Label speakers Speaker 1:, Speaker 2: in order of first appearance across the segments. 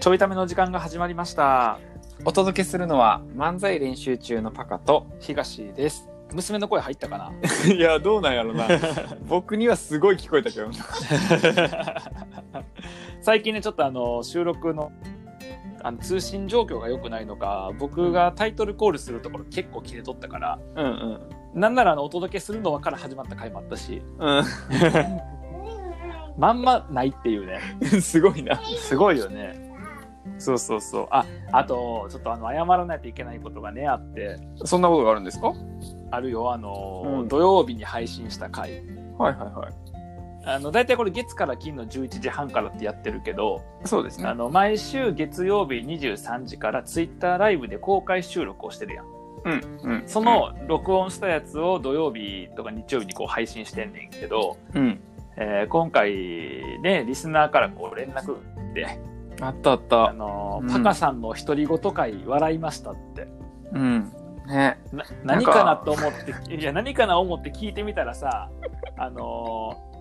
Speaker 1: ちょいための時間が始まりました。
Speaker 2: お届けするのは漫才練習中のパカと
Speaker 1: 東です。娘の声入ったかな。
Speaker 2: いやどうなんやろな僕にはすごい聞こえたけど
Speaker 1: 最近ね、ちょっとあの収録の。あの通信状況が良くないのか、僕がタイトルコールするところ結構切れとったから。
Speaker 2: うん
Speaker 1: なんならあのお届けするのはから始まった回もあったし、
Speaker 2: うん
Speaker 1: まんまないっていうね。
Speaker 2: うん すごいな
Speaker 1: すごいよね。そうそうそう。あ、あと、ちょっとあの謝らないといけないことがね、あって。
Speaker 2: そんなことがあるんですかはい
Speaker 1: あるよ、あの、
Speaker 2: うん
Speaker 1: 土曜日に配信した回。
Speaker 2: はいはい
Speaker 1: あの、大体これ月から金の11時半からってやってるけど、
Speaker 2: そうですね
Speaker 1: あの毎週月曜日23時からツイッターライブで公開収録をしてるやん
Speaker 2: うんうん
Speaker 1: その録音したやつを土曜日とか日曜日にこう配信してんねんけど、
Speaker 2: うん
Speaker 1: えー今回ねリスナーからこう連絡で
Speaker 2: あったあっ
Speaker 1: 「あ
Speaker 2: た
Speaker 1: の
Speaker 2: うん
Speaker 1: パカさんの独り言会笑いました」って
Speaker 2: うんね
Speaker 1: な
Speaker 2: なん
Speaker 1: 何
Speaker 2: か
Speaker 1: かなと思っていや何かな思って聞いてみたら さあのー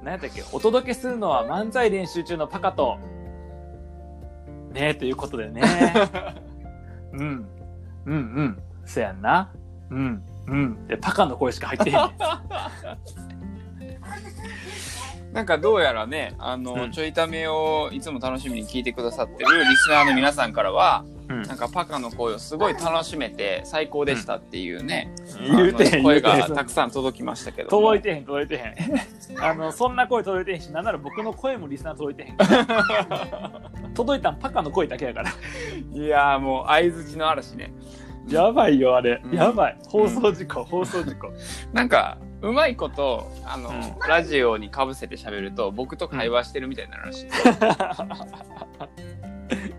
Speaker 1: 何やったっけお届けするのは漫才練習中のパカとねえということで ねうんうんうんそやんなうんうんでパカの声しか入ってへんね ん
Speaker 2: なんかどうやらねあの、
Speaker 1: うん
Speaker 2: ちょいためをいつも楽しみに聞いてくださってるリスナーの皆さんからは
Speaker 1: うん
Speaker 2: なんかパカの声をすごい楽しめて最高でしたっていうね、
Speaker 1: 言うて
Speaker 2: あ
Speaker 1: へん
Speaker 2: の
Speaker 1: 言う
Speaker 2: 声
Speaker 1: てへ
Speaker 2: が
Speaker 1: ん
Speaker 2: たくさん届きましたけども
Speaker 1: 届いてへん届いてへんあのそんな声届いてへんしなんなら僕の声もリスナー届いてへんから 届いたんパカの声だけやから
Speaker 2: いやーもう相づちの嵐ね
Speaker 1: やばいよあれ、
Speaker 2: うん
Speaker 1: やばい放送事故、放送事故
Speaker 2: なんかうまいことあの、
Speaker 1: う
Speaker 2: ラジオにかぶせて喋ると僕と会話してるみたいになるらしい、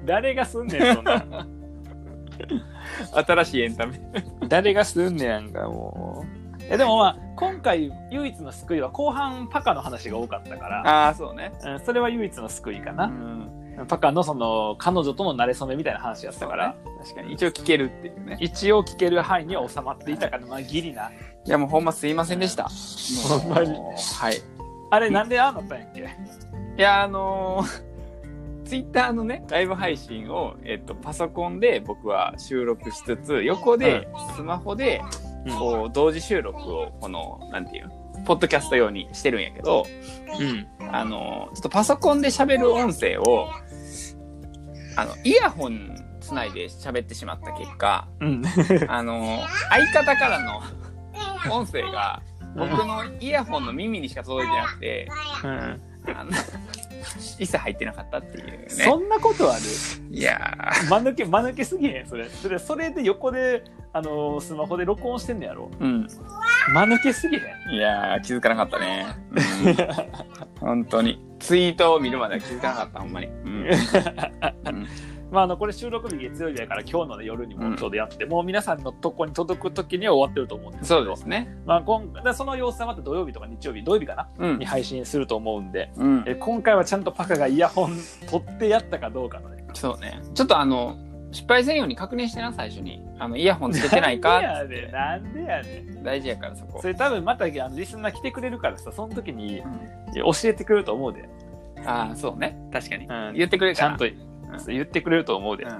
Speaker 1: 誰がすんねんそんな
Speaker 2: 新しいエンタメ
Speaker 1: 誰がすんねやんかもうえでもまあ今回唯一の救いは後半パカの話が多かったから
Speaker 2: ああそうね
Speaker 1: うんそれは唯一の救いか
Speaker 2: う
Speaker 1: な、
Speaker 2: ん
Speaker 1: パカのその彼女との馴れ初めみたいな話やった
Speaker 2: だ
Speaker 1: か
Speaker 2: からら、、確かに一応聞けるっていうね
Speaker 1: 一応聞ける範囲には収まっていたからまあギリない
Speaker 2: やもうほんますいませんでした、
Speaker 1: ほんまに
Speaker 2: はいい
Speaker 1: あれなんでああなったんやっけ
Speaker 2: やあのツイッター Twitter のねライブ配信を、えっと、パソコンで僕は収録しつつ横で、スマホでこう同時収録をこのなんていうのポッドキャスト用にしてるんやけど、
Speaker 1: うん
Speaker 2: あの、ちょっとパソコンで喋る音声を、あの、イヤホンつないで喋ってしまった結果、
Speaker 1: うん
Speaker 2: あの、相方からの音声が、僕のイヤホンの耳にしか届いてなくて、
Speaker 1: うん
Speaker 2: あの、 一切入ってなかったっていうね
Speaker 1: そ。んなことある
Speaker 2: いや
Speaker 1: 間抜け間抜けすぎへんそれそれそれで横であのースマホで録音してんのやろ
Speaker 2: ー、うん。
Speaker 1: 間抜けすぎへん
Speaker 2: いやー、気づかなかったね。うん、 本当に。ツイートを見るまでは気づかなかった、ほんまに。うん。
Speaker 1: まああのこれ収録日月曜日やから今日の夜にもちょうどやって、もう皆さんのとこに届く時には終わってると思うんですけ
Speaker 2: そう
Speaker 1: ど
Speaker 2: ですね。
Speaker 1: まあ、今だからその様子はまた土曜日とか日曜日土曜日かな
Speaker 2: うん
Speaker 1: に。配信すると思うんで
Speaker 2: うん
Speaker 1: え今回はちゃんとパカがイヤホン 取ってやったかどうかのね
Speaker 2: そうね。ちょっとあの、失敗せんように確認してな、最初に。あの、イヤホンつけてな いか
Speaker 1: な
Speaker 2: っ
Speaker 1: ん
Speaker 2: つっ
Speaker 1: でやねん
Speaker 2: て。
Speaker 1: なんでやねん
Speaker 2: 大事やから、そこ
Speaker 1: そ。れ多分またあのリスナー来てくれるからさその時に
Speaker 2: うん
Speaker 1: 教えてくれると思うで、
Speaker 2: ああ、そうね。確かに。
Speaker 1: うん
Speaker 2: 言ってくれる
Speaker 1: ち
Speaker 2: か
Speaker 1: ゃ
Speaker 2: ら
Speaker 1: んと言ってくれると思うで、
Speaker 2: うん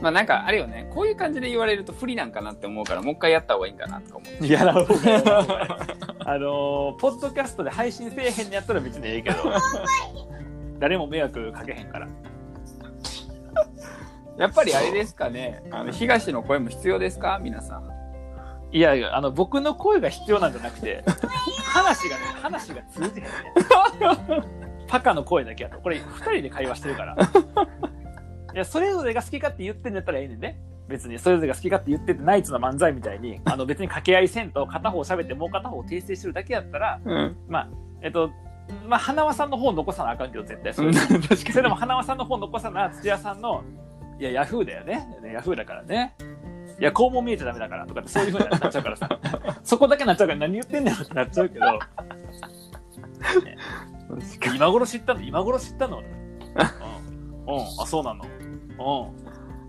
Speaker 2: まあなんか、あれよね。こういう感じで言われると不利なんかなって思うから、もう一回やった方がいいんかなとか思う。
Speaker 1: やらんほうがいいやらんほうがいいあのーポッドキャストで配信せえへんのやったら別にええけど誰も迷惑かけへんから
Speaker 2: やっぱりあれですかね。あの、東の声も必要ですか皆さん。
Speaker 1: いやいやあの僕の声が必要なんじゃなくて話がね話が通じへんねパカの声だけやとこれ2人で会話してるからいやそれぞれが好き勝手言ってんだったらええねんね別にそれぞれが好き勝手言っててナイツの漫才みたいにあの別に掛け合いせんと片方喋ってもう片方訂正してるだけやったら
Speaker 2: うん。
Speaker 1: えっとまあ花輪さんの方残さなあかんけど絶対それ
Speaker 2: 確かに。
Speaker 1: それでも花輪さんの方残さな土屋さんの「いやヤフーだよねねヤフーだからね」いやこうも見えちゃダメだからとかってそういうふうになっちゃうからさそこだけなっちゃうから何言ってんだよってなっちゃうけど
Speaker 2: 確かに
Speaker 1: 今頃知ったの今頃知ったの、うん、うんあそうなの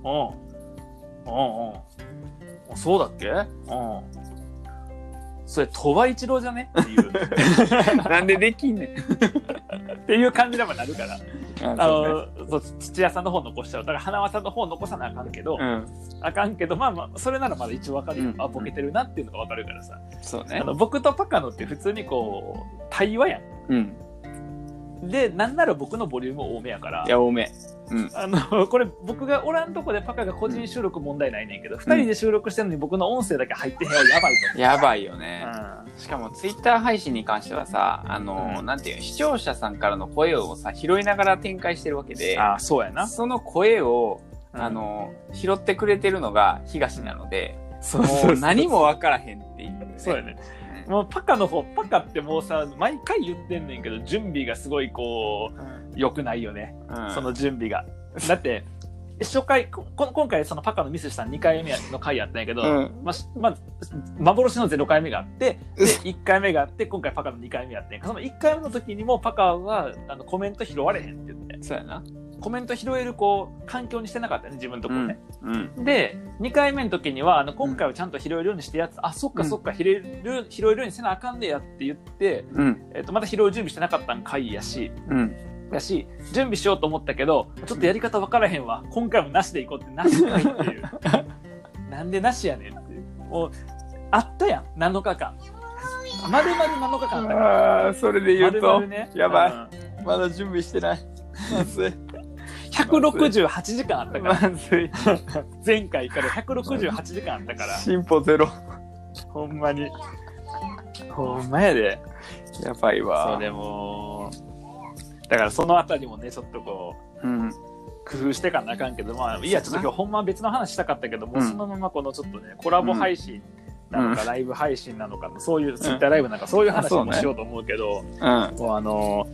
Speaker 1: うんうんうんうんそうだっけうんそれ鳥羽一郎じゃねっていう
Speaker 2: なんでできんねん。
Speaker 1: っていう感じでもなるから、あ
Speaker 2: あ
Speaker 1: の、そう、土屋さんの方残しちゃう。だから、花輪さんの方残さなあかんけど、
Speaker 2: のうん
Speaker 1: あかんけど、まあまあ、それならまだ一応わかるよ。
Speaker 2: うん
Speaker 1: あ、ボケてるなっていうのがわかるからさ。
Speaker 2: そう
Speaker 1: あ
Speaker 2: ね
Speaker 1: の、僕とパカノって普通にこう、対話やん。
Speaker 2: うん
Speaker 1: で、なんなら僕のボリューム多めやから
Speaker 2: い、や多めうん
Speaker 1: あの、 これ僕がおらんとこでパカが個人収録問題ないねんけど、二、人で収録してんのに僕の音声だけ入ってへんはやばい
Speaker 2: やばいよね
Speaker 1: と思う。
Speaker 2: しかもツイッター配信に関してはさあの、
Speaker 1: うん
Speaker 2: なんていうの視聴者さんからの声をさ拾いながら展開してるわけで
Speaker 1: ああ、そうやな。
Speaker 2: その声をあ
Speaker 1: うん、
Speaker 2: の、拾ってくれてるのが東なので、
Speaker 1: そうそうそ
Speaker 2: も
Speaker 1: う
Speaker 2: う何もわからへんっていう、ね。
Speaker 1: そうやね。もうパカの方、パカってもうさ、毎回言ってんねんけど、準備がすごいこう、良くないよね。
Speaker 2: うん。
Speaker 1: その準備が。だって、初回、ここ今回そのパカのミスした2回目の回やったんやけど、
Speaker 2: うん
Speaker 1: まあしまあ、幻の0回目があって、で、1回目があって、今回パカの2回目やってん、その1回目の時にもパカはあのコメント拾われへんって言って、
Speaker 2: そうやな。
Speaker 1: コメント拾えるこう、環境にしてなかったね、自分のところね。
Speaker 2: うん。
Speaker 1: で、2回目の時には、あの、今回はちゃんと拾えるようにしてやつ、あ、そっか
Speaker 2: うん
Speaker 1: そっか、拾える、拾えるようにせなあかんねやって言って、
Speaker 2: うん。
Speaker 1: えっ、と、また拾う準備してなかったんかいやし、
Speaker 2: うん。
Speaker 1: やし、準備しようと思ったけど、ちょっとやり方わからへんわ。今回もなしでいこうって、なしかいって いう。なんでなしやねんっていう。もう、あったやん、7日間。まるまる7日間あったから。
Speaker 2: ああ、それで言う
Speaker 1: 丸
Speaker 2: と
Speaker 1: 々、ね
Speaker 2: やばい
Speaker 1: い。
Speaker 2: まだ準備してない。まずい。
Speaker 1: 168時間あったから、
Speaker 2: まずい。
Speaker 1: 前回から168時間あったから。
Speaker 2: 進歩ゼロ。
Speaker 1: ほんまに。ほんまやで。
Speaker 2: やばいわ。
Speaker 1: そうでも、だからそのあたりもね、ちょっとこう、
Speaker 2: うん。
Speaker 1: 工夫してかなあかんけど、まあ、いや、ちょっと今日ほんまは別の話したかったけども、
Speaker 2: うん
Speaker 1: そのままこのちょっとね、コラボ配信なのか、
Speaker 2: う
Speaker 1: ライブ配信なのか、そういう、ツイッターライブなんか、そういう
Speaker 2: あ
Speaker 1: 話
Speaker 2: そう
Speaker 1: も
Speaker 2: ね
Speaker 1: しようと思うけど、
Speaker 2: う
Speaker 1: も
Speaker 2: ん。
Speaker 1: うあの、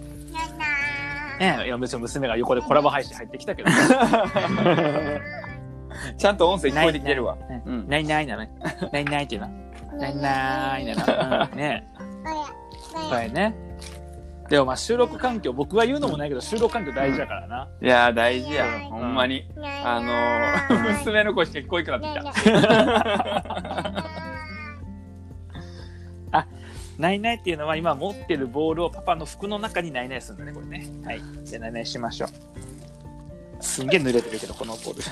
Speaker 1: ね、いや、別に娘が横でコラボ配信入ってきたけど、
Speaker 2: ちゃんと音声聞こえてきてるわ。うん。
Speaker 1: ないないなね、ないないってな、ないないなね、ね。
Speaker 3: は。
Speaker 1: はいいね。でもまあ収録環境、僕は言うのもないけど、収録環境大事だからな。
Speaker 2: いやー、大事や。ほんまに。
Speaker 3: あ
Speaker 2: あ の
Speaker 3: の
Speaker 2: ー、
Speaker 3: 娘
Speaker 2: 娘の声しか聞こえんくなってきた。
Speaker 1: ないないっていうのは今持ってるボールをパパの服の中にないないするんだね、これね。はい。じゃあないないしましょう。すんげえ濡れてるけど、このボー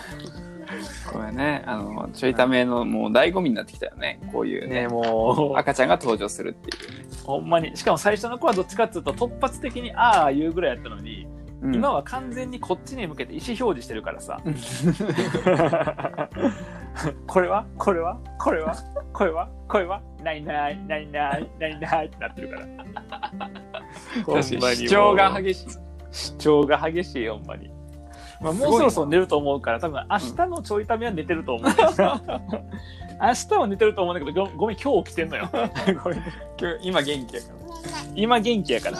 Speaker 2: これね、あの、ちょいための、もう醍醐味になってきたよね。こういう
Speaker 1: ル。
Speaker 2: ね。
Speaker 1: ね、もう、
Speaker 2: 赤ちゃんが登場するっていう、
Speaker 1: ほんまに。しかも最初の子はどっちかっていうと突発的にああ言うぐらいやったのに、今
Speaker 2: は
Speaker 1: は完全にこっちに向けて意思表示してるからさ。 これはこれはこれはこれはこれはないないないないないないってなってる から。
Speaker 2: 確かに主張が激しい
Speaker 1: 主張が激しいよほんまに、まあ、もうそろそろ寝ると思うから多分明日のちょいためは寝てると思う、 明日は寝てると思うんだけどごごめん今日起きてんの よごめん
Speaker 2: 今日今元気やから
Speaker 1: 今元気やから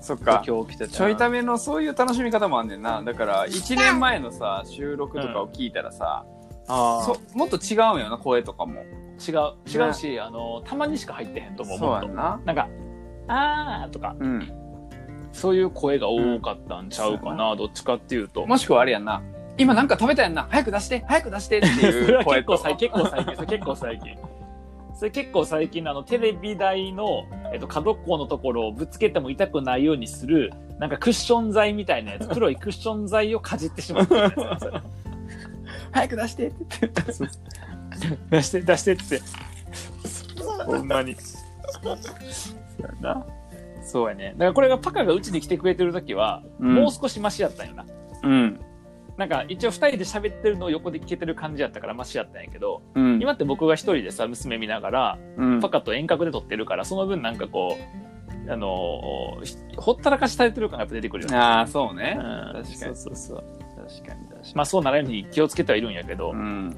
Speaker 2: そっか
Speaker 1: 今日起きて
Speaker 2: ちょいためのそういう楽しみ方もあんねんなだから1年前のさ収録とかを聞いたらさ、
Speaker 1: あ
Speaker 2: そもっと違うんよな声とかも
Speaker 1: 違う違うし、あのたまにしか入ってへんと思う
Speaker 2: そう
Speaker 1: も
Speaker 2: や
Speaker 1: っと
Speaker 2: んな
Speaker 1: なんか「あー」とか
Speaker 2: うん
Speaker 1: そういう声が多かったんちゃうかな、どっちかっていうと
Speaker 2: もしくはあれやんな今なんか食べたやんな早く出して早く出してって
Speaker 1: それ
Speaker 2: い
Speaker 1: は
Speaker 2: う声
Speaker 1: 結
Speaker 2: と
Speaker 1: 構最近、結構最近、それ結構最近。それ結構最近のあのテレビ台の、えっと、角っこのところをぶつけても痛くないようにする、なんかクッション材みたいな やつ、黒いクッション材をかじってしまったやつなんですよ。
Speaker 2: 早く出してって言って
Speaker 1: 出して、出してって。ほんまに。そうやな。そうやね。だからこれがパカがうちに来てくれてる時は、
Speaker 2: うん
Speaker 1: もう少しマシやったんよな。
Speaker 2: うん
Speaker 1: なんか一応二人で喋ってるのを横で聞けてる感じやったからマシやったんやけど、
Speaker 2: うん
Speaker 1: 今って僕が一人でさ、娘見ながら、
Speaker 2: うん
Speaker 1: パカと遠隔で撮ってるからその分なんかこうあのーひほったらかしされてる感がやっぱ出てくるよね。
Speaker 2: ああそうね
Speaker 1: うん
Speaker 2: 確かに
Speaker 1: そうそうそう
Speaker 2: 確かに確かに
Speaker 1: まあそうならないように気をつけてはいるんやけど、
Speaker 2: う
Speaker 1: だか
Speaker 2: ん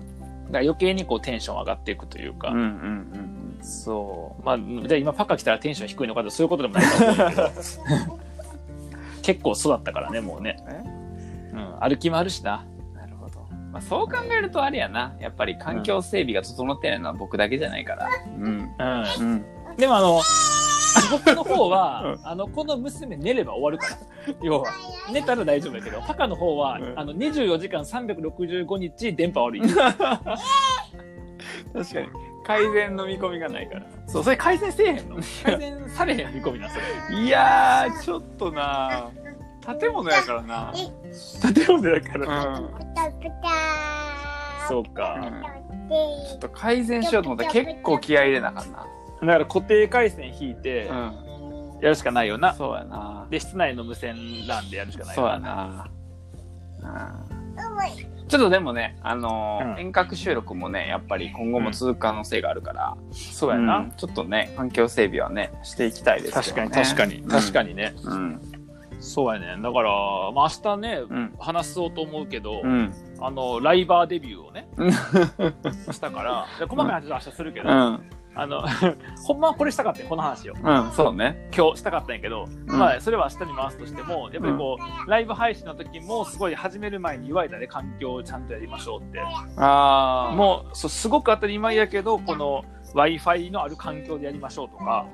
Speaker 1: ら余計にこうテンション上がっていくというか、
Speaker 2: うんうん
Speaker 1: そうまあじゃあ今パカ来たらテンション低いのかってそういうことでもないと思うんやけど結構育ったからねもうね、
Speaker 2: え
Speaker 1: うん、歩き回るしな
Speaker 2: うんなるほどまあ、そう考えるとあれやなやっぱり環境整備が整ってないのは僕だけじゃないからうん
Speaker 1: うん
Speaker 2: うん
Speaker 1: でもあの僕の方は、
Speaker 2: う
Speaker 1: あのこの娘寝れば終わるから要は寝たら大丈夫だけどパカの方は、
Speaker 2: うん
Speaker 1: あの24時間365日電波悪い
Speaker 2: 確かに改善の見込みがないから
Speaker 1: そう、それ改善せえへ んの改善されへん見込みな、それ。
Speaker 2: いやーちょっとな建物やからな
Speaker 1: 建物だか
Speaker 2: う
Speaker 1: ら。
Speaker 2: ん
Speaker 1: そうか。
Speaker 2: ちょっと改善しようと思ったら結構気合い入れなあかん
Speaker 1: だから固定回線引いて、や
Speaker 2: なうん
Speaker 1: るしかないよな。
Speaker 2: そうやな
Speaker 1: で、室内の無線 LAN でやるしかない
Speaker 2: そうや
Speaker 1: よ。
Speaker 2: なうんちょっとでもね、あのー
Speaker 1: うん
Speaker 2: 遠隔収録もねやっぱり今後も続く可能性があるから、
Speaker 1: そう
Speaker 2: そう
Speaker 1: や
Speaker 2: やな、
Speaker 1: な。
Speaker 2: ちょっとね環境整備はねしていきたいです
Speaker 1: 確
Speaker 2: よ
Speaker 1: か
Speaker 2: ね
Speaker 1: に、確かに、確か
Speaker 2: に
Speaker 1: にね。
Speaker 2: うん
Speaker 1: そうやね。だから、まあ明日ね、
Speaker 2: うん
Speaker 1: 話そうと思うけど
Speaker 2: う、ん
Speaker 1: あの、ライバーデビューをね、
Speaker 2: うん
Speaker 1: したから、で細かい話は明日するけど、
Speaker 2: うん、
Speaker 1: あの、 ほんまはこれしたかったよ、この話を。
Speaker 2: うん、そうね
Speaker 1: 今日したかったんやけど、まあ、それは明日に回すとしても、やっぱりこう、ライブ配信の時も、すごい始める前に言われたで、環境をちゃんとやりましょうって。
Speaker 2: ああ
Speaker 1: もう、そうすごく当たり前やけど、この Wi-Fi のある環境でやりましょうとか、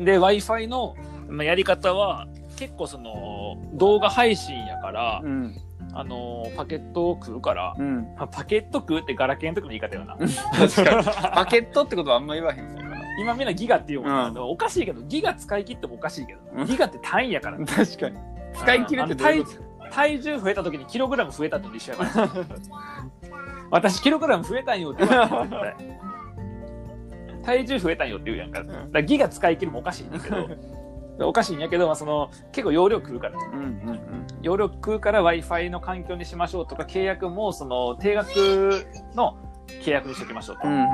Speaker 1: で、Wi-Fi のまあやり方は、結構その、動画配信やから
Speaker 2: う、ん
Speaker 1: あの、パケットを食うから、
Speaker 2: うん
Speaker 1: まあパケット食うってガラケーの時の言い方よな。
Speaker 2: 確 かにパケットってことはあんま言わへんもんな
Speaker 1: 今みんなギガっていうもんな、
Speaker 2: うん
Speaker 1: おかしいけど、ギガ使い切ってもおかしいけどな、
Speaker 2: うん
Speaker 1: ギガって単位やからな。
Speaker 2: 確かに使い切るってどういうこと
Speaker 1: 体重増えた時にキログラム増えたのと一緒やから私キログラム増えたんよって言われる絶対体重増えたんよって言うやんかだか
Speaker 2: うん
Speaker 1: らギガ使い切るもおかしいんだけどおかしいんやけど、まあ、その結構容量食うから
Speaker 2: うんうん
Speaker 1: 容量食うから w i f i の環境にしましょうとか契約もその定額の契約にしときましょうと、
Speaker 2: うんうんうん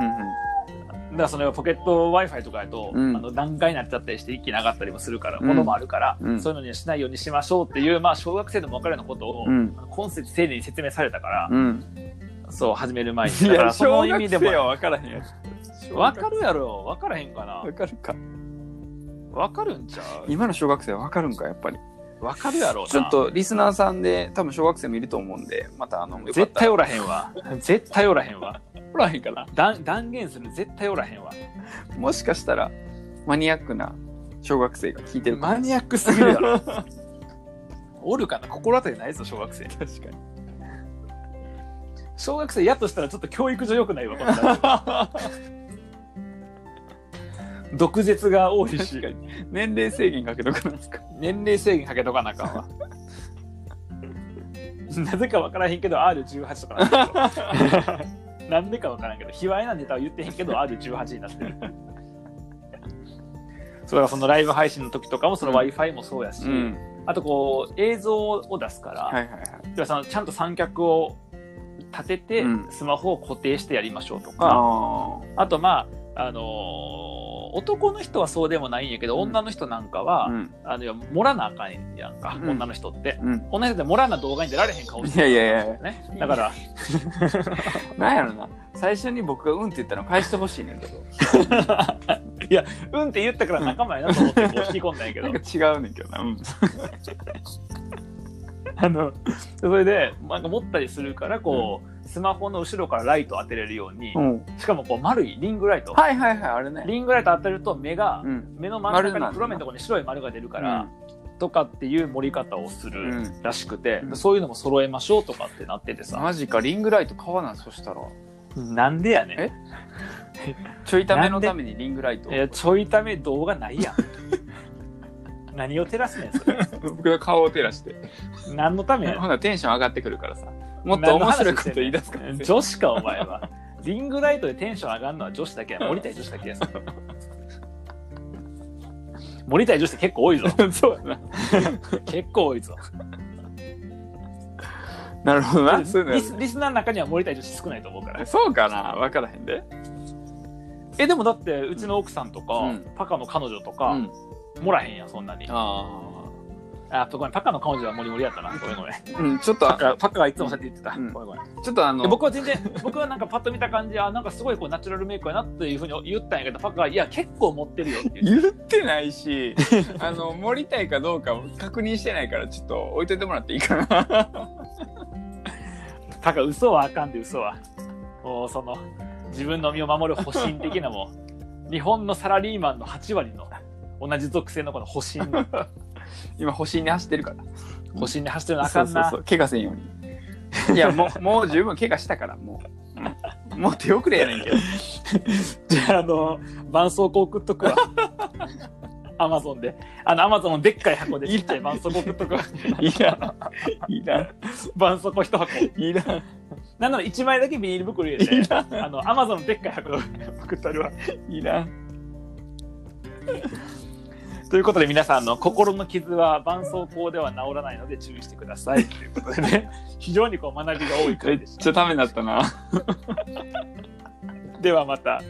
Speaker 1: だからそのポケット w i f i とかやと、
Speaker 2: うん
Speaker 1: あの段階になっちゃったりして一気に上がったりもするから、
Speaker 2: うん
Speaker 1: ものもあるから、
Speaker 2: うん
Speaker 1: そういうのにはしないようにしましょうっていう、まあ、小学生でも分かるようなことを、
Speaker 2: うん
Speaker 1: あの今節丁寧に説明されたから、
Speaker 2: うん
Speaker 1: そう始める前に
Speaker 2: い
Speaker 1: だか
Speaker 2: や
Speaker 1: らそ
Speaker 2: 小
Speaker 1: の意
Speaker 2: 学
Speaker 1: 味で
Speaker 2: 生
Speaker 1: も
Speaker 2: は分からへんやつ
Speaker 1: 分かるやろ分からへんかな
Speaker 2: 分かるか
Speaker 1: 分かるんちゃう
Speaker 2: 今の小学生は分かるんかやっぱり
Speaker 1: 分かるやろうな
Speaker 2: ちょっとリスナーさんで多分小学生もいると思うんでまたあのよかったら
Speaker 1: 絶対おらへんわ絶対おらへんわ
Speaker 2: おらへんから
Speaker 1: だん断言する絶対おらへんわ
Speaker 2: もしかしたらマニアックな小学生が聞いてるか
Speaker 1: マニアックすぎるやろ おるかな心当たりないぞ小学生
Speaker 2: 確かに
Speaker 1: 小学生やとしたらちょっと教育上良くないわ このラジオ毒舌が多いし
Speaker 2: 確かに年齢制限かけとかなんですか
Speaker 1: 年齢制限かけとかなあかん わなぜかわからへんけど R18 とかなんだ けどなんでかわからんけど卑猥なネタは言ってへんけど R18 にな ってるそうだからそのライブ配信の時とかもその
Speaker 2: うん
Speaker 1: w i f i もそうやし、あとこう映像を出すから、
Speaker 2: はいはいはい
Speaker 1: 要はそのちゃんと三脚を立てて、
Speaker 2: うん
Speaker 1: スマホを固定してやりましょうとか
Speaker 2: あ
Speaker 1: あとまああのー男の人はそうでもないんやけど、
Speaker 2: うん
Speaker 1: 女の人なんかは、
Speaker 2: あうん
Speaker 1: あのいや盛らなあかんやんか、
Speaker 2: うん
Speaker 1: 女の人って
Speaker 2: うん
Speaker 1: 女の人って盛らな動画に出られへん顔して
Speaker 2: いやいやいや
Speaker 1: ねだから
Speaker 2: なんやろな最初に僕がうんって言ったの返してほしいねんけど
Speaker 1: うんって言ったから仲間やなと思ってこう引き込んだんやけ
Speaker 2: な
Speaker 1: ど
Speaker 2: んか違うねんけどなうん
Speaker 1: あのそれでなんか持ったりするからこう、スマホの後ろからライト当てれるように、
Speaker 2: うん
Speaker 1: しかもこう丸いリングライト、
Speaker 2: はいはいはいあれね
Speaker 1: リングライト当てると目が、
Speaker 2: うん
Speaker 1: 目の真ん
Speaker 2: 丸
Speaker 1: 中
Speaker 2: なんだ
Speaker 1: に黒目のところに白い丸が出るから、とかっていう盛り方をす
Speaker 2: う
Speaker 1: る
Speaker 2: ん
Speaker 1: らしくて、
Speaker 2: うん
Speaker 1: そういうのも揃えましょうとかってなっててさ、
Speaker 2: マジかリングライト買わなそしたら
Speaker 1: なんでやねん
Speaker 2: えちょいためのためにリングライトを
Speaker 1: いやちょいため動画ない やん何を照らすねんそれ
Speaker 2: 僕が顔を照らして
Speaker 1: 何のためや
Speaker 2: ほなテンション上がってくるからさもっと面白いこと言い出すから
Speaker 1: 何の話してんねん女子かお前はリングライトでテンション上がるのは女子だけや盛りたい女子だけやそれ盛りたい女子って結構多いぞ
Speaker 2: そうやな
Speaker 1: 結構多 いぞ
Speaker 2: なるほどなそういうのや
Speaker 1: リ
Speaker 2: る
Speaker 1: スリスナーの中には盛りたい女子少ないと思うから
Speaker 2: そうかな分からへんで
Speaker 1: えでもだってうちの奥さんとか、
Speaker 2: うん
Speaker 1: パカの彼女とか、
Speaker 2: うん
Speaker 1: もらへんやんそんなにあ
Speaker 2: あ
Speaker 1: ごめんパカの彼女はモリモリやったなごめんごめん
Speaker 2: あうんちょっと
Speaker 1: パカパカはいつもそうやって言ってた、
Speaker 2: うん
Speaker 1: ごめんごめん
Speaker 2: ちょっとあの
Speaker 1: で僕は全然僕はなんかパッと見た感じあなんかすごいこうナチュラルメイクやなっていうふうに言ったんやけどパカはいや結構持ってるよって言う
Speaker 2: 言ってないし あの盛りたいかどうかを確認してないからちょっと置いといてもらっていいか な
Speaker 1: パカ嘘はあかんで嘘はもうその自分の身を守る保身的なもん 日本のサラリーマンの8割の同じ属性のこの保身 の
Speaker 2: 今保身に走ってるから
Speaker 1: 保身で走ってるのあかんな
Speaker 2: そうそうそう怪我せんようにいやもうもう十分怪我したからもうもう手遅れやねんけど。
Speaker 1: じゃあ、あの、絆創膏送っとく わ。アマゾンで。あの、アマゾンのでっかい箱でちっちゃい絆創膏送っとくわ。
Speaker 2: いらん。いらん。
Speaker 1: 絆創膏一箱。
Speaker 2: いらん。
Speaker 1: なので1枚だけビニール袋入れ
Speaker 2: い
Speaker 1: て、
Speaker 2: らん。
Speaker 1: あの、アマゾンのでっかい箱で送ってあるわ。
Speaker 2: いらん。
Speaker 1: ということで皆さんあの心の傷は絆創膏では治らないので注意してください。ということでね、非常にこう学びが多い
Speaker 2: め
Speaker 1: 回
Speaker 2: っ
Speaker 1: でし
Speaker 2: ちゃためになったな。
Speaker 1: た。ではまた。